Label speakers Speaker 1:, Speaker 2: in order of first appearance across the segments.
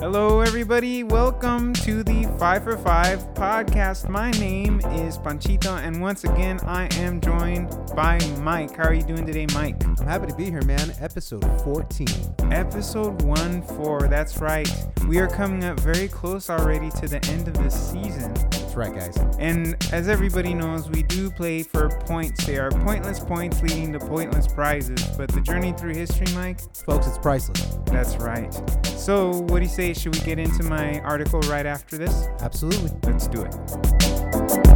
Speaker 1: Hello, everybody. Welcome to the Five for Five podcast. My name is Panchito, and once again, I am joined by Mike. How are you doing today, Mike?
Speaker 2: I'm happy to be here, man. Episode 14.
Speaker 1: Episode 1 4. That's right. We are coming up very close already to the end of the season.
Speaker 2: That's right, guys.
Speaker 1: And as everybody knows, we do play for points. They are pointless points leading to pointless prizes. But the journey through history, Mike,
Speaker 2: Folks, it's priceless.
Speaker 1: that's right. So, what do you say? Should we get into my article right after this?
Speaker 2: Absolutely.
Speaker 1: Let's do it.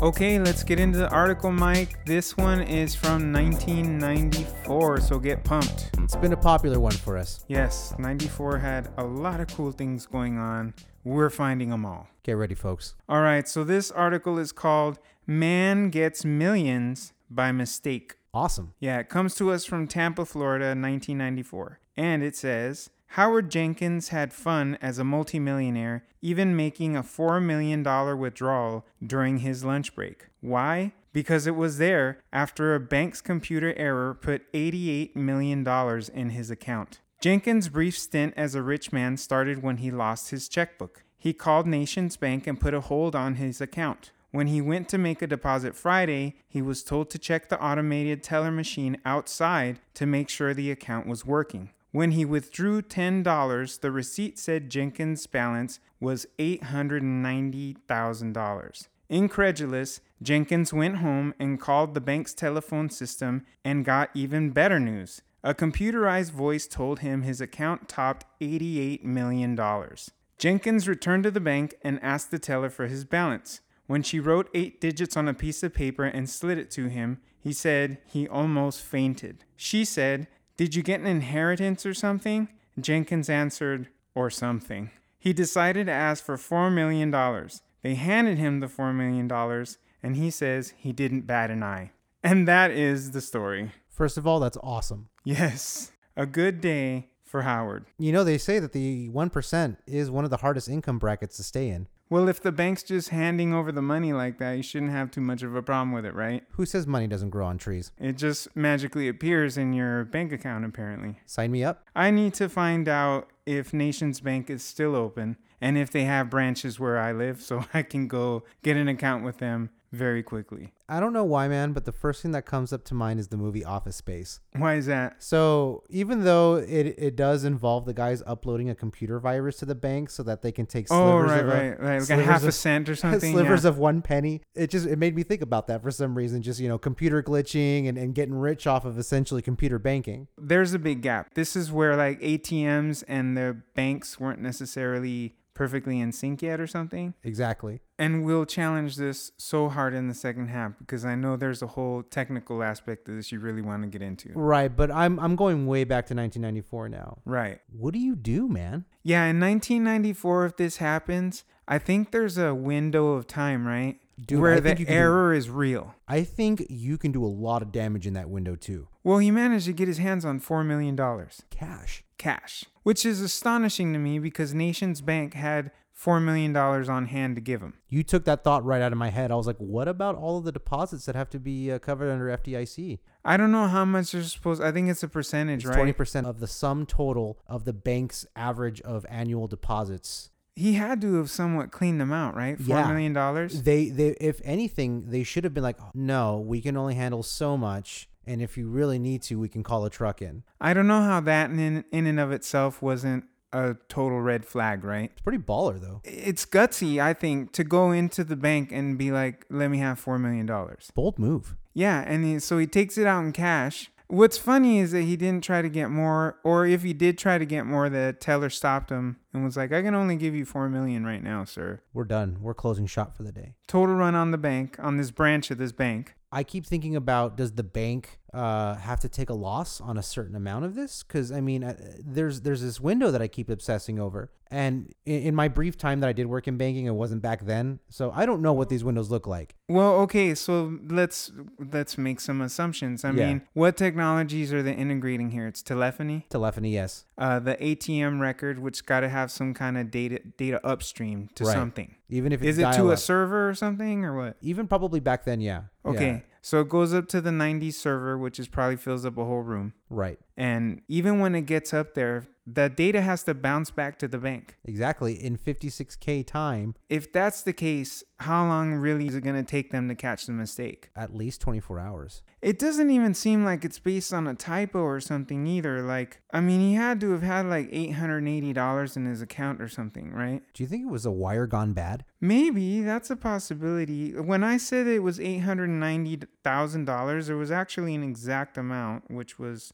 Speaker 1: Okay, let's get into the article, Mike. This one is from 1994, so get pumped.
Speaker 2: It's been a popular one for us.
Speaker 1: Yes, 94 had a lot of cool things going on. We're finding them all.
Speaker 2: Get ready, folks.
Speaker 1: All right, so this article is called Man Gets Millions by Mistake.
Speaker 2: Awesome.
Speaker 1: Yeah, it comes to us from Tampa, Florida, 1994. And it says Howard Jenkins had fun as a multimillionaire, even making a $4 million withdrawal during his lunch break. Why? Because it was there after a bank's computer error put $88 million in his account. Jenkins' brief stint as a rich man started when he lost his checkbook. He called Nations Bank and put a hold on his account. When he went to make a deposit Friday, he was told to check the automated teller machine outside to make sure the account was working. When he withdrew $10, the receipt said Jenkins' balance was $890,000. Incredulous, Jenkins went home and called the bank's telephone system and got even better news. A computerized voice told him his account topped $88 million. Jenkins returned to the bank and asked the teller for his balance. When she wrote eight digits on a piece of paper and slid it to him, he said he almost fainted. She said, Did you get an inheritance or something? Jenkins answered, Or something. He decided to ask for $4 million. They handed him the $4 million, and he says he didn't bat an eye. And that is the story.
Speaker 2: First of all, that's awesome.
Speaker 1: Yes, a good day for Howard.
Speaker 2: You know, they say that the 1% is one of the hardest income brackets to stay in.
Speaker 1: Well, if the bank's just handing over the money like that, you shouldn't have too much of a problem with it, right?
Speaker 2: Who says money doesn't grow on trees?
Speaker 1: It just magically appears in your bank account, apparently.
Speaker 2: Sign me up.
Speaker 1: I need to find out if Nations Bank is still open and if they have branches where I live so I can go get an account with them very quickly.
Speaker 2: I don't know why, man, but the first thing that comes up to mind is the movie Office Space.
Speaker 1: Why is that?
Speaker 2: So even though it, it does involve the guys uploading a computer virus to the bank so that they can take slivers
Speaker 1: oh, right,
Speaker 2: of a-
Speaker 1: right, right. Like a
Speaker 2: slivers
Speaker 1: half
Speaker 2: of-
Speaker 1: a cent or something.
Speaker 2: slivers
Speaker 1: yeah.
Speaker 2: of one penny. It just it made me think about that for some reason. Just you know, computer glitching and, and getting rich off of essentially computer banking.
Speaker 1: There's a big gap. This is where like ATMs and the banks weren't necessarily perfectly in sync yet or something.
Speaker 2: Exactly.
Speaker 1: And we'll challenge this so hard in the second half because I know there's a whole technical aspect of this you really want to get into.
Speaker 2: Right, but I'm I'm going way back to 1994 now.
Speaker 1: Right.
Speaker 2: What do you do, man?
Speaker 1: Yeah, in 1994, if this happens, I think there's a window of time, right?
Speaker 2: Dude,
Speaker 1: Where
Speaker 2: I
Speaker 1: the
Speaker 2: think you can do-
Speaker 1: error is real.
Speaker 2: I think you can do a lot of damage in that window too.
Speaker 1: Well, he managed to get his hands on $4 million
Speaker 2: Cash.
Speaker 1: cash, which is astonishing to me because Nations Bank had $4 million on hand to give him.
Speaker 2: You took that thought right out of my head. I was like, what about all of the deposits that have to be uh, covered under FDIC?
Speaker 1: I don't know how much they're supposed I think it's a percentage,
Speaker 2: It's
Speaker 1: right?
Speaker 2: 20% of the sum total of the bank's average of annual deposits
Speaker 1: He had to have somewhat cleaned them out, right? Four
Speaker 2: Yeah.
Speaker 1: million dollars.
Speaker 2: they they if anything they should have been like no we can only handle so much and if you really need to we can call a truck in
Speaker 1: I don't know how that in in and of itself wasn't a total red flag, right?
Speaker 2: it's pretty baller though
Speaker 1: it's gutsy, I think, to go into the bank and be like, let me have $4 million.
Speaker 2: bold move
Speaker 1: Yeah. And he, so he takes it out in cash. What's funny is that he didn't try to get more, or if he did try to get more, the teller stopped him and was like, I can only give you $4 million right now, sir.
Speaker 2: we're done we're closing shop for the day
Speaker 1: Total run on the bank, on this branch of this bank.
Speaker 2: i keep thinking about does the bank uh, have to take a loss on a certain amount of this because i mean uh, there's there's this window that i keep obsessing over and in, in my brief time that i did work in banking it wasn't back then so i don't know what these windows look like
Speaker 1: Well, okay, so let's let's make some assumptions. I
Speaker 2: Yeah.
Speaker 1: mean, what technologies are they integrating here? It's telephony.
Speaker 2: telephony yes
Speaker 1: uh, the ATM record, which got to have some kind of data data upstream to
Speaker 2: Right.
Speaker 1: something.
Speaker 2: even if it's
Speaker 1: Is it to a
Speaker 2: dial-up.
Speaker 1: server or something or what?
Speaker 2: even probably back then yeah Yeah.
Speaker 1: Okay, so it goes up to the 90 server, which is probably fills up a whole room.
Speaker 2: Right.
Speaker 1: And even when it gets up there, the data has to bounce back to the bank.
Speaker 2: Exactly. In 56K time,
Speaker 1: If that's the case, how long really is it going to take them to catch the mistake?
Speaker 2: at least 24 hours.
Speaker 1: It doesn't even seem like it's based on a typo or something either. Like, I mean, he had to have had like $880 in his account or something, right?
Speaker 2: Do you think it was a wire gone bad?
Speaker 1: Maybe that's a possibility. When I said it was $890,000, there was actually an exact amount, which was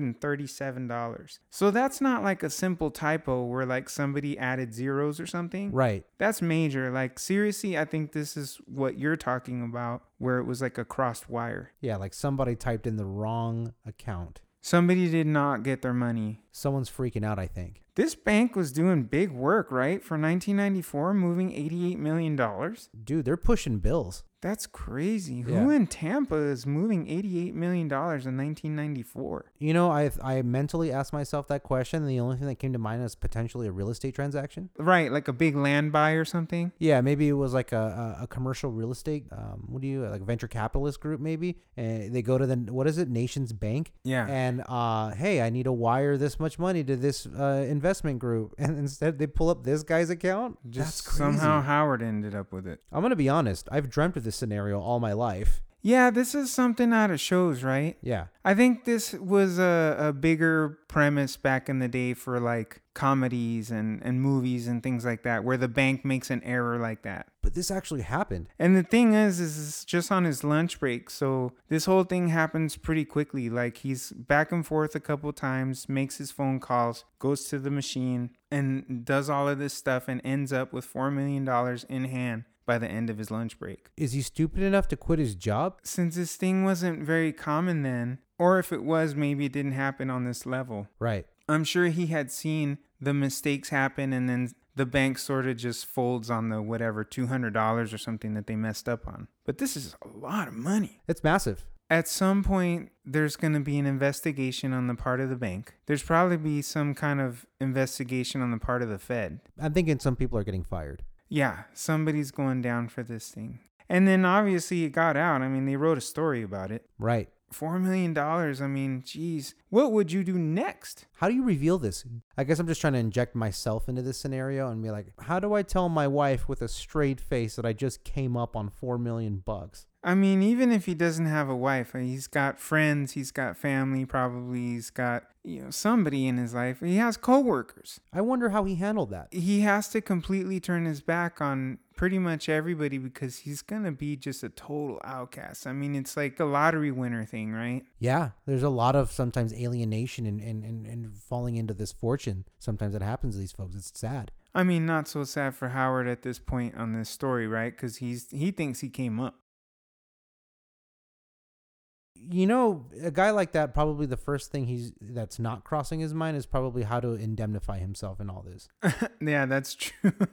Speaker 1: $889,437. So that's not like a simple typo where like somebody added zeros or something.
Speaker 2: Right.
Speaker 1: That's major. Like, seriously, I think this is what you're talking about, where it was like a crossed wire.
Speaker 2: Yeah, like somebody typed in the wrong account.
Speaker 1: Somebody did not get their money.
Speaker 2: Someone's freaking out, I think.
Speaker 1: This bank was doing big work, right? For 1994, moving $88 million.
Speaker 2: Dude, they're pushing bills.
Speaker 1: That's crazy. Who
Speaker 2: Yeah.
Speaker 1: in Tampa is moving $88 million in 1994?
Speaker 2: You know, I I mentally asked myself that question. And the only thing that came to mind is potentially a real estate transaction.
Speaker 1: Right, like a big land buy or something?
Speaker 2: Yeah, maybe it was like a, a, a commercial real estate. Um, what do you like venture capitalist group? Maybe and they go to the what is it, Nations Bank,
Speaker 1: Yeah.
Speaker 2: and uh, hey, I need to wire this much money to this uh, investment group, and instead they pull up this guy's account. Just
Speaker 1: somehow Howard ended up with it.
Speaker 2: I'm gonna be honest. I've dreamt of this scenario all my life.
Speaker 1: Yeah, this is something out of shows, right?
Speaker 2: Yeah,
Speaker 1: I think this was a, a bigger premise back in the day for like comedies and, and movies and things like that, where the bank makes an error like that.
Speaker 2: but this actually happened.
Speaker 1: And the thing is, is it's just on his lunch break, so this whole thing happens pretty quickly. Like he's back and forth a couple times, makes his phone calls, goes to the machine, and does all of this stuff, and ends up with four million dollars in hand by the end of his lunch break.
Speaker 2: Is he stupid enough to quit his job?
Speaker 1: Since this thing wasn't very common then, or if it was, maybe it didn't happen on this level.
Speaker 2: Right.
Speaker 1: I'm sure he had seen the mistakes happen, and then the bank sort of just folds on the whatever $200 or something that they messed up on. But this is a lot of money.
Speaker 2: It's massive.
Speaker 1: At some point, there's going to be an investigation on the part of the bank. There's probably be some kind of investigation on the part of the Fed.
Speaker 2: I'm thinking some people are getting fired.
Speaker 1: Yeah, somebody's going down for this thing. And then obviously it got out. I mean, they wrote a story about it.
Speaker 2: Right.
Speaker 1: $4 million. I mean, geez, what would you do next?
Speaker 2: How do you reveal this? I guess I'm just trying to inject myself into this scenario and be like, how do I tell my wife with a straight face that I just came up on 4 million bucks?
Speaker 1: I mean, even if he doesn't have a wife, uh, he's got friends, he's got family, probably he's got you know somebody in his life. He has coworkers.
Speaker 2: I wonder how he handled that.
Speaker 1: He has to completely turn his back on pretty much everybody because he's gonna be just a total outcast. I mean, it's like a lottery winner thing, right?
Speaker 2: Yeah, there's a lot of sometimes alienation and, and, and, and falling into this fortune. Sometimes it happens to these folks. It's sad.
Speaker 1: I mean, not so sad for Howard at this point on this story, right? Because he's he thinks he came up.
Speaker 2: You know, a guy like that, probably the first thing he's that's not crossing his mind is probably how to indemnify himself in all this.
Speaker 1: yeah, that's true.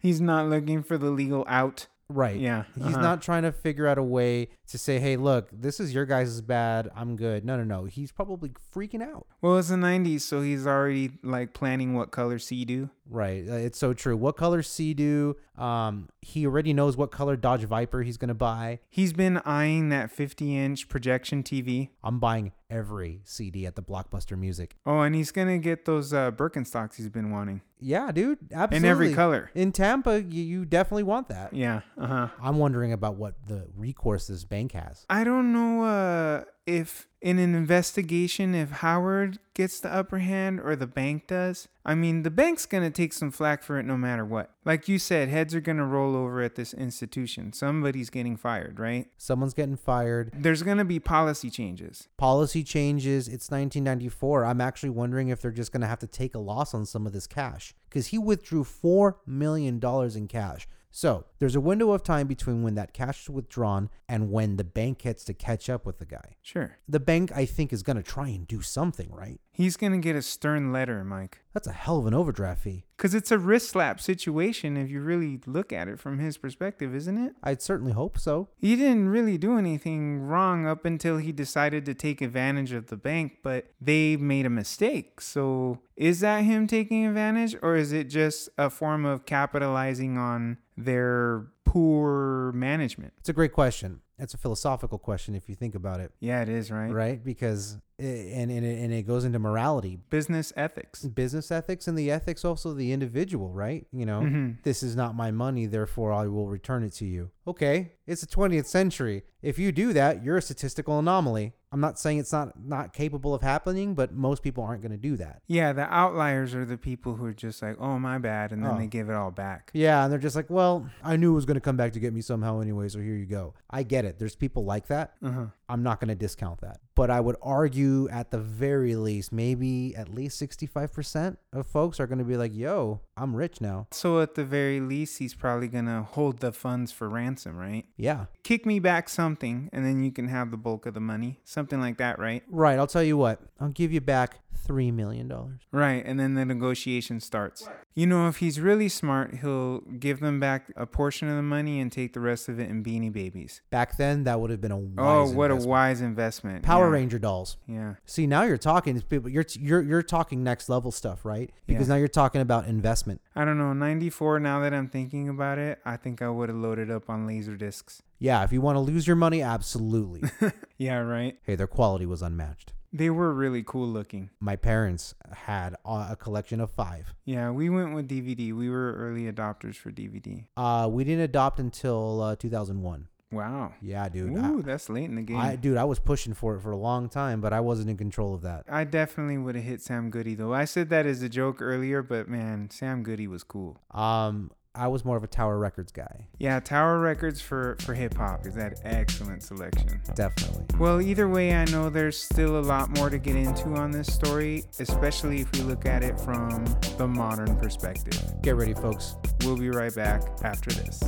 Speaker 1: he's not looking for the legal out.
Speaker 2: Right.
Speaker 1: Yeah,
Speaker 2: He's
Speaker 1: uh-huh.
Speaker 2: not trying to figure out a way to say, hey, look, this is your guys' bad. I'm good. No, no, no. He's probably freaking out.
Speaker 1: Well, it's the '90s, so he's already like planning what color sea do.
Speaker 2: Right. Uh, It's so true. What color sea do? Um, he already knows what color Dodge Viper he's going to buy.
Speaker 1: He's been eyeing that 50 inch projection TV.
Speaker 2: I'm buying every CD at the Blockbuster Music.
Speaker 1: Oh, and he's going to get those uh, Birkenstocks he's been wanting
Speaker 2: Yeah, dude. Absolutely.
Speaker 1: in every color.
Speaker 2: In Tampa, you, you definitely want that.
Speaker 1: Yeah. Uh huh.
Speaker 2: I'm wondering about what the recourse this bank has.
Speaker 1: I don't know uh, if in an investigation, if Howard gets the upper hand or the bank does. I mean, the bank's going to take some flack for it no matter what. Like you said, heads are going to roll over at this institution. Somebody's getting fired, right?
Speaker 2: Someone's getting fired.
Speaker 1: There's going to be policy changes.
Speaker 2: policy changes. It's 1994. I'm actually wondering if they're just going to have to take a loss on some of this cash because he withdrew $4 million in cash. So there's a window of time between when that cash is withdrawn and when the bank gets to catch up with the guy.
Speaker 1: Sure.
Speaker 2: The bank, I think, is going to try and do something, right?
Speaker 1: He's going to get a stern letter, Mike.
Speaker 2: That's a hell of an overdraft fee.
Speaker 1: Because it's a wrist slap situation if you really look at it from his perspective, isn't it?
Speaker 2: I'd certainly hope so.
Speaker 1: He didn't really do anything wrong up until he decided to take advantage of the bank, but they made a mistake. So is that him taking advantage or is it just a form of capitalizing on their poor management?
Speaker 2: It's a great question. That's a philosophical question if you think about it,
Speaker 1: Yeah, it is, right?
Speaker 2: right? Because and and it, and it goes into morality,
Speaker 1: Business ethics.
Speaker 2: business ethics, and the ethics also of the individual, right? You know,
Speaker 1: hmm
Speaker 2: this is not my money, therefore I will return it to you. Okay, it's the 20th century. If you do that, you're a statistical anomaly. I'm not saying it's not not capable of happening, but most people aren't going to do that.
Speaker 1: Yeah, the outliers are the people who are just like, oh, my bad. And then
Speaker 2: Oh.
Speaker 1: they give it all back.
Speaker 2: Yeah, and they're just like, well, I knew it was going to come back to get me somehow anyway, so here you go. I get it. There's people like that.
Speaker 1: Uh-huh.
Speaker 2: I'm not going to discount that. But I would argue at the very least, maybe at least 65% of folks are going to be like, yo, I'm rich now.
Speaker 1: So at the very least, he's probably going to hold the funds for ransom, right?
Speaker 2: Yeah.
Speaker 1: Kick me back something, and then you can have the bulk of the money. Something like that, right?
Speaker 2: Right. I'll tell you what, I'll give you back $3 million.
Speaker 1: Right, and then the negotiation starts. You know, if he's really smart, he'll give them back a portion of the money and take the rest of it in beanie babies.
Speaker 2: Back then, that would have been a wise
Speaker 1: oh, what a
Speaker 2: investment.
Speaker 1: wise investment.
Speaker 2: Power
Speaker 1: yeah.
Speaker 2: Ranger dolls.
Speaker 1: Yeah.
Speaker 2: See, now you're talking to people. You're you're you're talking next level stuff, right? Because
Speaker 1: Yeah.
Speaker 2: now you're talking about investment.
Speaker 1: I don't know, 94, now that I'm thinking about it, I think I would have loaded up on laser discs.
Speaker 2: Yeah, if you want to lose your money, absolutely.
Speaker 1: Yeah, right?
Speaker 2: hey, their quality was unmatched.
Speaker 1: They were really cool looking.
Speaker 2: My parents had a a collection of five.
Speaker 1: Yeah, we went with DVD. We were early adopters for DVD.
Speaker 2: Uh, we didn't adopt until uh, 2001.
Speaker 1: Wow.
Speaker 2: Yeah, dude. I-
Speaker 1: Ooh, that's late in the game.
Speaker 2: I,
Speaker 1: I,
Speaker 2: dude, I was pushing for it for a long time, but I wasn't in control of that.
Speaker 1: definitely would have hit Sam Goody, though. I said that as a joke earlier, but man, Sam Goody was cool.
Speaker 2: Um, I was more of a Tower Records guy,
Speaker 1: Yeah, Tower Records for, for hip hop is that excellent selection.
Speaker 2: definitely.
Speaker 1: Well, either way, I know there's still a lot more to get into on this story, especially if we look at it from the modern perspective.
Speaker 2: Get ready, folks.
Speaker 1: We'll be right back after this.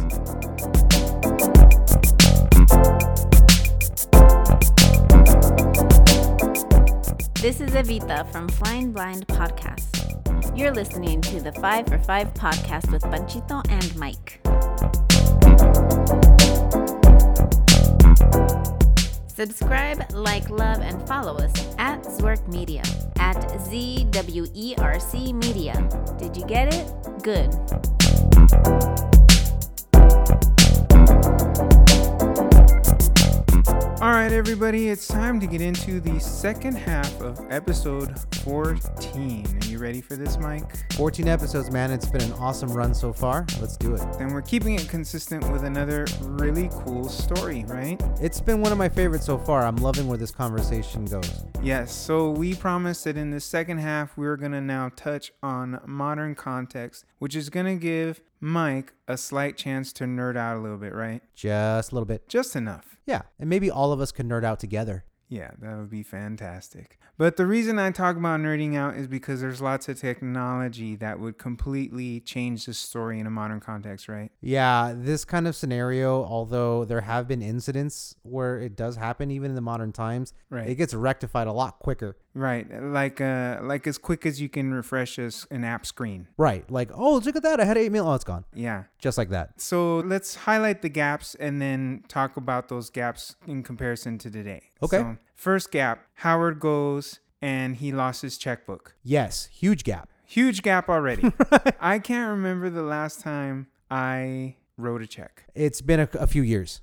Speaker 3: This is Evita from Flying Blind Podcast. You're listening to the 5 for 5 podcast with Panchito and Mike. Subscribe, like, love, and follow us at Zwerk Media, at Z W E R C Media. Did you get it? Good.
Speaker 1: All right, everybody, it's time to get into the second half of episode 14. Are you ready for this, Mike?
Speaker 2: 14 episodes, man. It's been an awesome run so far. Let's do it.
Speaker 1: And we're keeping it consistent with another really cool story, right?
Speaker 2: It's been one of my favorites so far. I'm loving where this conversation goes.
Speaker 1: Yes, so we promised that in the second half, we're going to now touch on modern context, which is going to give Mike a slight chance to nerd out a little bit, right?
Speaker 2: Just a little bit.
Speaker 1: Just enough.
Speaker 2: Yeah. And maybe all of us could nerd out together.
Speaker 1: Yeah, that would be fantastic. But the reason I talk about nerding out is because there's lots of technology that would completely change the story in a modern context, right?
Speaker 2: Yeah, this kind of scenario, although there have been incidents where it does happen even in the modern times,
Speaker 1: Right.
Speaker 2: it gets rectified a lot quicker.
Speaker 1: Right, like uh, like as quick as you can refresh us an app screen.
Speaker 2: Right. Like, oh, look at that. I had eight meal. Oh, it's gone.
Speaker 1: Yeah.
Speaker 2: Just like that.
Speaker 1: So let's highlight the gaps and then talk about those gaps in comparison to today.
Speaker 2: Okay.
Speaker 1: So, first gap: Howard goes and he lost his checkbook.
Speaker 2: Yes. Huge gap.
Speaker 1: Huge gap already. I can't remember the last time I wrote a check.
Speaker 2: It's been a, a few years.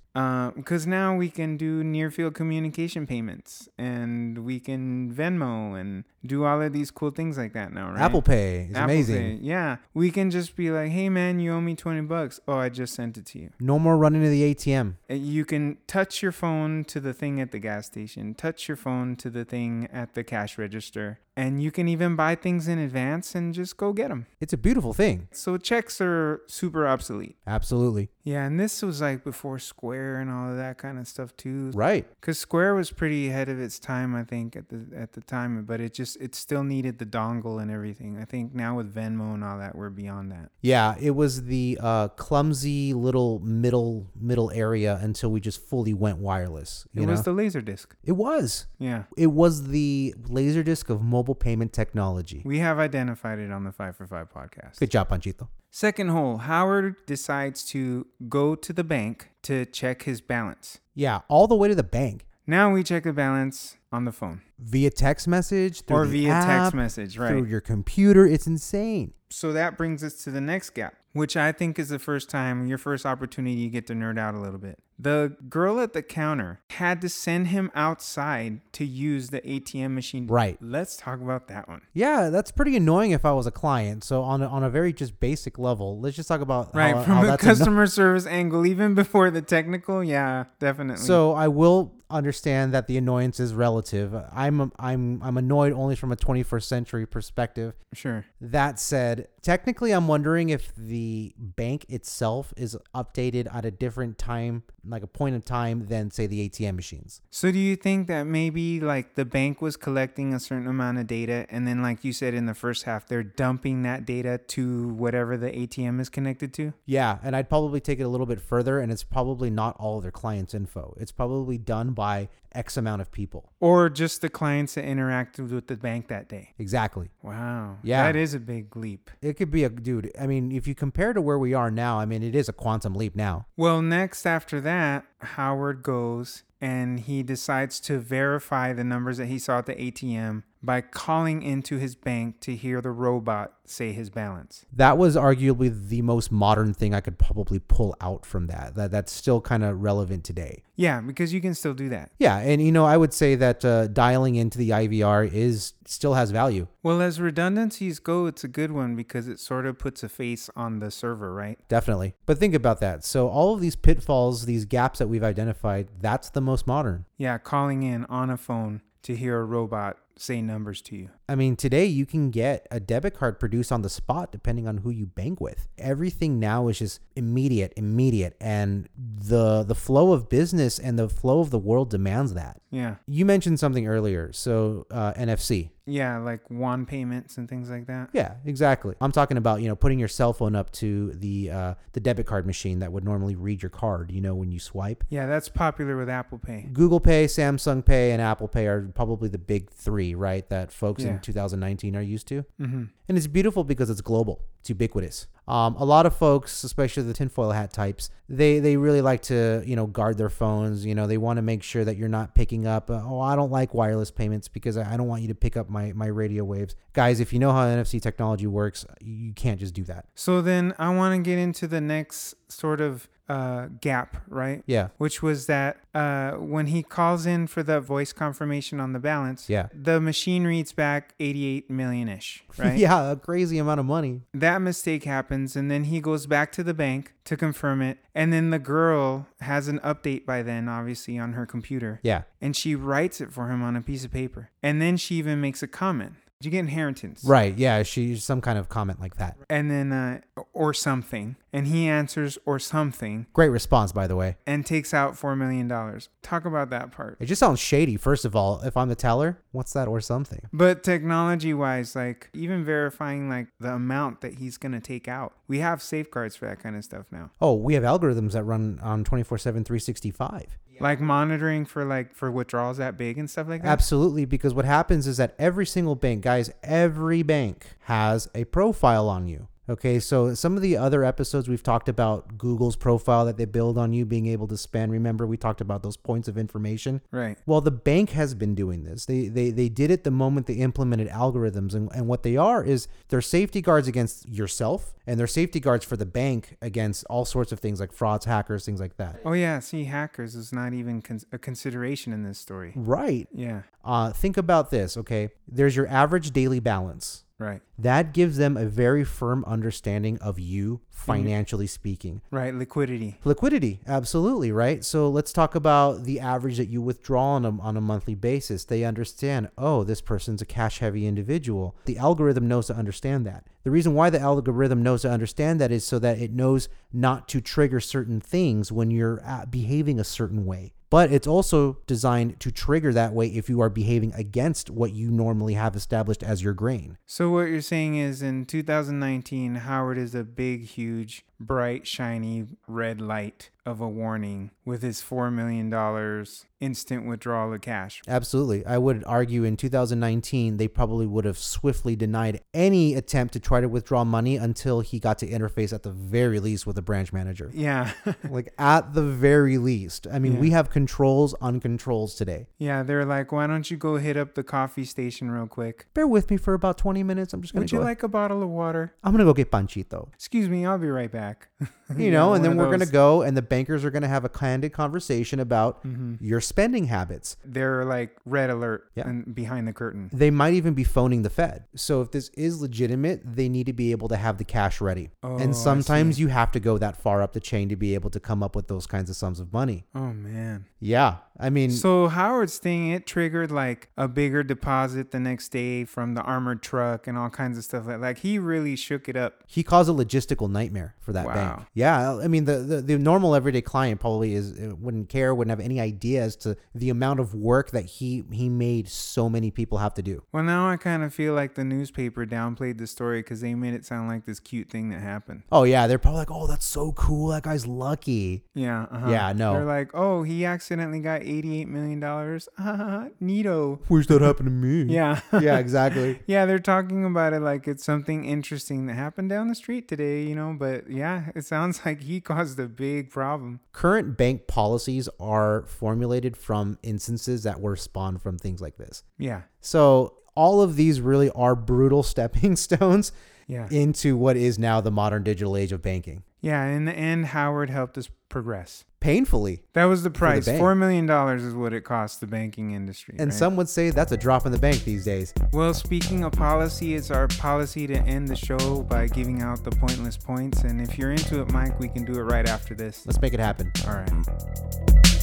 Speaker 1: because now we can do near field communication payments and we can Venmo and do all of these cool things like that now, right?
Speaker 2: Apple Pay is
Speaker 1: Apple
Speaker 2: amazing.
Speaker 1: Pay, Yeah. We can just be like, hey, man, you owe me 20 bucks. Oh, I just sent it to you.
Speaker 2: No more running to the ATM.
Speaker 1: And Uh, You can touch your phone to the thing at the gas station, touch your phone to the thing at the cash register, and you can even buy things in advance and just go get them.
Speaker 2: It's a beautiful thing.
Speaker 1: So checks are super obsolete.
Speaker 2: Absolutely.
Speaker 1: Yeah, and this was like before Square and all of that kind of stuff too.
Speaker 2: Right.
Speaker 1: Because Square was pretty ahead of its time, I think, at the at the time, but it just it still needed the dongle and everything. I think now with Venmo and all that, we're beyond that.
Speaker 2: Yeah, it was the uh, clumsy little middle middle area until we just fully went wireless.
Speaker 1: It
Speaker 2: You know?
Speaker 1: was the Laserdisc.
Speaker 2: it was.
Speaker 1: Yeah,
Speaker 2: It was the laserdisc of mobile payment technology.
Speaker 1: we have identified it on the Five for Five podcast.
Speaker 2: Good job, Panchito.
Speaker 1: Second hole, Howard decides to go to the bank to check his balance.
Speaker 2: Yeah, all the way to the bank
Speaker 1: Now we check the balance on the phone
Speaker 2: via text message through
Speaker 1: or
Speaker 2: the
Speaker 1: via
Speaker 2: app,
Speaker 1: text message, right?
Speaker 2: through your computer. It's insane.
Speaker 1: So that brings us to the next gap, which I think is the first time, your first opportunity you get to nerd out a little bit. The girl at the counter had to send him outside to use the ATM machine.
Speaker 2: Right.
Speaker 1: Let's talk about that one.
Speaker 2: Yeah, that's pretty annoying if I was a client. So on a, on a very just basic level, let's just talk about
Speaker 1: Right,
Speaker 2: how,
Speaker 1: from
Speaker 2: how
Speaker 1: the
Speaker 2: that's anno-
Speaker 1: customer service angle, even before the technical, yeah, definitely.
Speaker 2: So I will understand that the annoyance is relative. I'm I'm I'm annoyed only from a 21st century perspective.
Speaker 1: sure.
Speaker 2: That said, technically, I'm wondering if the bank itself is updated at a different time, like a point of time, than say the ATM machines.
Speaker 1: So do you think that maybe like the bank was collecting a certain amount of data and then like you said in the first half they're dumping that data to whatever the ATM is connected to?
Speaker 2: Yeah, and I'd probably take it a little bit further, and it's probably not all of their clients' info. It's probably done by X amount of people.
Speaker 1: Or just the clients that interacted with the bank that day?
Speaker 2: Exactly.
Speaker 1: Wow.
Speaker 2: Yeah.
Speaker 1: That is a big leap.
Speaker 2: It could be a dude. I mean, if you compare to where we are now, I mean, it is a quantum leap now.
Speaker 1: Well, next after that, Howard goes and he decides to verify the numbers that he saw at the ATM by calling into his bank to hear the robot say his balance.
Speaker 2: That was arguably the most modern thing I could probably pull out from that. That that's still kind of relevant today.
Speaker 1: Yeah, because you can still do that.
Speaker 2: Yeah, and you know, I would say that uh, dialing into the IVR is still has value.
Speaker 1: Well, as redundancies go, it's a good one because it sort of puts a face on the server, right?
Speaker 2: Definitely. But think about that. So all of these pitfalls, these gaps that we've identified, that's the most modern.
Speaker 1: Yeah, calling in on a phone to hear a robot say numbers to you.
Speaker 2: I mean, today you can get a debit card produced on the spot depending on who you bank with. Everything now is just immediate, immediate, and the the flow of business and the flow of the world demands that.
Speaker 1: Yeah.
Speaker 2: You mentioned something earlier, so uh, NFC.
Speaker 1: Yeah, like WAN payments and things like that.
Speaker 2: Yeah, exactly. I'm talking about you know putting your cell phone up to the uh, the debit card machine that would normally read your card. You know when you swipe.
Speaker 1: Yeah, that's popular with Apple Pay.
Speaker 2: Google Pay, Samsung Pay, and Apple Pay are probably the big three, right? That folks
Speaker 1: Yeah.
Speaker 2: in 2019 are used to.
Speaker 1: Mm-hmm.
Speaker 2: And it's beautiful because it's global. It's ubiquitous. Um, a lot of folks, especially the tinfoil hat types, they they really like to you know guard their phones. You know they want to make sure that you're not picking up. uh, oh, I don't like wireless payments because I I don't want you to pick up my my radio waves, guys. If you know how NFC technology works, you can't just do that.
Speaker 1: So then I want to get into the next sort of uh, gap, right?
Speaker 2: Yeah,
Speaker 1: Which was that uh, when he calls in for the voice confirmation on the balance,
Speaker 2: yeah,
Speaker 1: the machine reads back 88 million ish, right?
Speaker 2: yeah. A crazy amount of money.
Speaker 1: that mistake happens and then he goes back to the bank to confirm it and then the girl has an update by then obviously on her computer
Speaker 2: Yeah,
Speaker 1: and she writes it for him on a piece of paper and then she even makes a comment you get inheritance
Speaker 2: right. Yeah, she's some kind of comment like that.
Speaker 1: and then uh, or something and he answers or something
Speaker 2: Great response, by the way.
Speaker 1: and takes out four million dollars talk about that part
Speaker 2: It just sounds shady. First of all, if I'm the teller, what's that or something?
Speaker 1: But technology wise, like even verifying like the amount that he's gonna take out, we have safeguards for that kind of stuff now.
Speaker 2: Oh, we have algorithms that run on 24 7, 365.
Speaker 1: Like monitoring for like for withdrawals that big and stuff like that.
Speaker 2: Absolutely, because what happens is that every single bank, guys, every bank has a profile on you. Okay, so some of the other episodes we've talked about Google's profile that they build on you being able to spend. Remember, we talked about those points of information.
Speaker 1: Right.
Speaker 2: Well, the bank has been doing this. They they, they did it the moment they implemented algorithms, and, and what they are is they're safety guards against yourself, and they're safety guards for the bank against all sorts of things like frauds, hackers, things like that.
Speaker 1: Oh yeah. See, hackers is not even con- a consideration in this story.
Speaker 2: Right.
Speaker 1: Yeah.
Speaker 2: Uh, think about this. Okay, there's your average daily balance.
Speaker 1: Right.
Speaker 2: That gives them a very firm understanding of you financially speaking.
Speaker 1: Right. Liquidity.
Speaker 2: Liquidity, absolutely, right? So let's talk about the average that you withdraw on a, on a monthly basis. They understand, oh, this person's a cash heavy individual. The algorithm knows to understand that. The reason why the algorithm knows to understand that is so that it knows not to trigger certain things when you're uh, behaving a certain way. But it's also designed to trigger that way if you are behaving against what you normally have established as your grain.
Speaker 1: So what you're saying is, in 2019, Howard is a big, huge, bright, shiny red light of a warning with his four million dollars instant withdrawal of cash.
Speaker 2: Absolutely. I would argue in 2019, they probably would have swiftly denied any attempt to try to withdraw money until he got to interface at the very least with a branch manager.
Speaker 1: Yeah.
Speaker 2: Like, at the very least. I mean,
Speaker 1: Yeah.
Speaker 2: we have controls on controls today.
Speaker 1: yeah, they're like, why don't you go hit up the coffee station real quick?
Speaker 2: Bear with me for about 20 minutes. I'm just going
Speaker 1: Would
Speaker 2: to
Speaker 1: you
Speaker 2: go.
Speaker 1: like a bottle of water?
Speaker 2: I'm going to go get Panchito.
Speaker 1: Excuse me, I'll be right back.
Speaker 2: You know, and then we're going to
Speaker 1: to
Speaker 2: go, and the bankers are going to have a candid conversation about
Speaker 1: Mm-hmm.
Speaker 2: your spending habits.
Speaker 1: They're like red alert
Speaker 2: Yeah. Mm.
Speaker 1: and behind the curtain.
Speaker 2: They might even be phoning the Fed. So if this is legitimate, they need to be able to have the cash ready.
Speaker 1: Oh, I
Speaker 2: and sometimes you have to go that far up the chain to be able to come up with those kinds of sums of money.
Speaker 1: Oh, man.
Speaker 2: Yeah. I mean,
Speaker 1: So Howard's thing, it triggered like a bigger deposit the next day from the armored truck and all kinds of stuff like like he really shook it up.
Speaker 2: he caused a logistical nightmare for that
Speaker 1: Wow.
Speaker 2: bank. Yeah, I mean the, the the normal everyday client probably is uh, wouldn't care, wouldn't have any idea as to the amount of work that he he made so many people have to do.
Speaker 1: Well, now I kind of feel like the newspaper downplayed the story because they made it sound like this cute thing that happened.
Speaker 2: Oh yeah, they're probably like, "Oh, that's so cool. That guy's lucky."
Speaker 1: Yeah. Uh-huh.
Speaker 2: Yeah, no.
Speaker 1: They're like, oh, he accidentally got $88 million. Uh, neato.
Speaker 2: Wish that happened to me.
Speaker 1: Yeah.
Speaker 2: yeah, exactly.
Speaker 1: Yeah, they're talking about it like it's something interesting that happened down the street today, you know. But yeah, it sounds like he caused a big problem.
Speaker 2: Current bank policies are formulated from instances that were spawned from things like this.
Speaker 1: Yeah,
Speaker 2: So all of these really are brutal stepping stones
Speaker 1: yeah,
Speaker 2: into what is now the modern digital age of banking.
Speaker 1: yeah. In the end, Howard helped us progress.
Speaker 2: Painfully.
Speaker 1: That was the price.
Speaker 2: bank.
Speaker 1: Four million dollars is what it cost the banking industry.
Speaker 2: And
Speaker 1: right?
Speaker 2: some would say that's a drop in the bank these days.
Speaker 1: Well, speaking of policy, it's our policy to end the show by giving out the pointless points. And if you're into it, Mike, we can do it right after this.
Speaker 2: Let's make it happen.
Speaker 1: All right.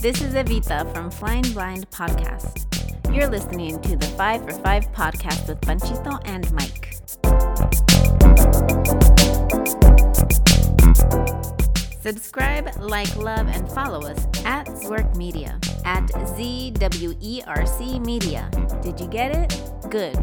Speaker 3: This is Evita from Flying Blind Podcast. You're listening to the 5 for 5 podcast with Panchito and Mike. Subscribe, like, love, and follow us at Zwerk Media, at ZWERC Media. Did you get it? Good.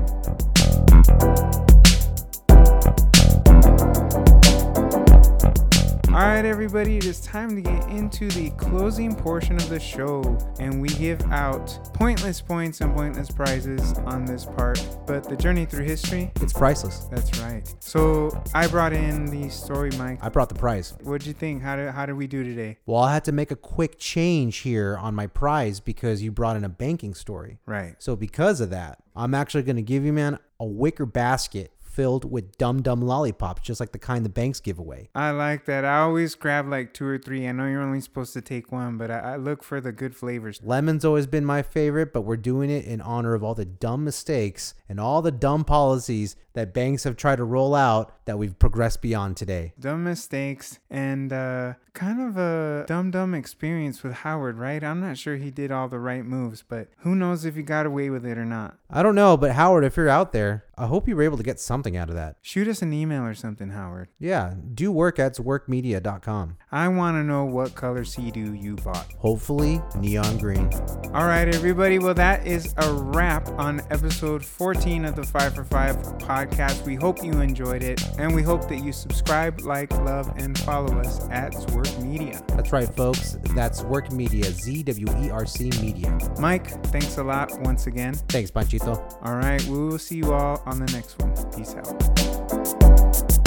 Speaker 1: All right, everybody, it is time to get into the closing portion of the show, and we give out pointless points and pointless prizes on this part. But the journey through history,
Speaker 2: It's priceless.
Speaker 1: that's right. So I brought in the story, Mike.
Speaker 2: I brought the prize.
Speaker 1: What'd you think? How did how did we do today?
Speaker 2: Well, I had to make a quick change here on my prize because you brought in a banking story.
Speaker 1: Right.
Speaker 2: So because of that, I'm actually going to give you, man, a wicker basket filled with dum dum lollipops, just like the kind the banks give away.
Speaker 1: I like that. I always grab like two or three. I know you're only supposed to take one, but I, I look for the good flavors.
Speaker 2: Lemon's always been my favorite, but we're doing it in honor of all the dumb mistakes and all the dumb policies that banks have tried to roll out that we've progressed beyond today.
Speaker 1: Dumb mistakes and uh, kind of a dumb dumb experience with Howard, right? I'm not sure he did all the right moves, but who knows if he got away with it or not.
Speaker 2: I don't know, but Howard, if you're out there, I hope you were able to get something out of that.
Speaker 1: Shoot us an email or something, Howard.
Speaker 2: Yeah, do work at workmedia.com.
Speaker 1: I want to know what color sea-doo you bought.
Speaker 2: Hopefully, neon green.
Speaker 1: All right, everybody. Well, that is a wrap on episode 14 of the 5 for 5 podcast. We hope you enjoyed it, and we hope that you subscribe, like, love, and follow us at Zwerk Media.
Speaker 2: That's right, folks. That's Work Media, Z W E R C Media.
Speaker 1: Mike, thanks a lot once again.
Speaker 2: Thanks, Panchito.
Speaker 1: All right, we will see you all on the next one. Peace out.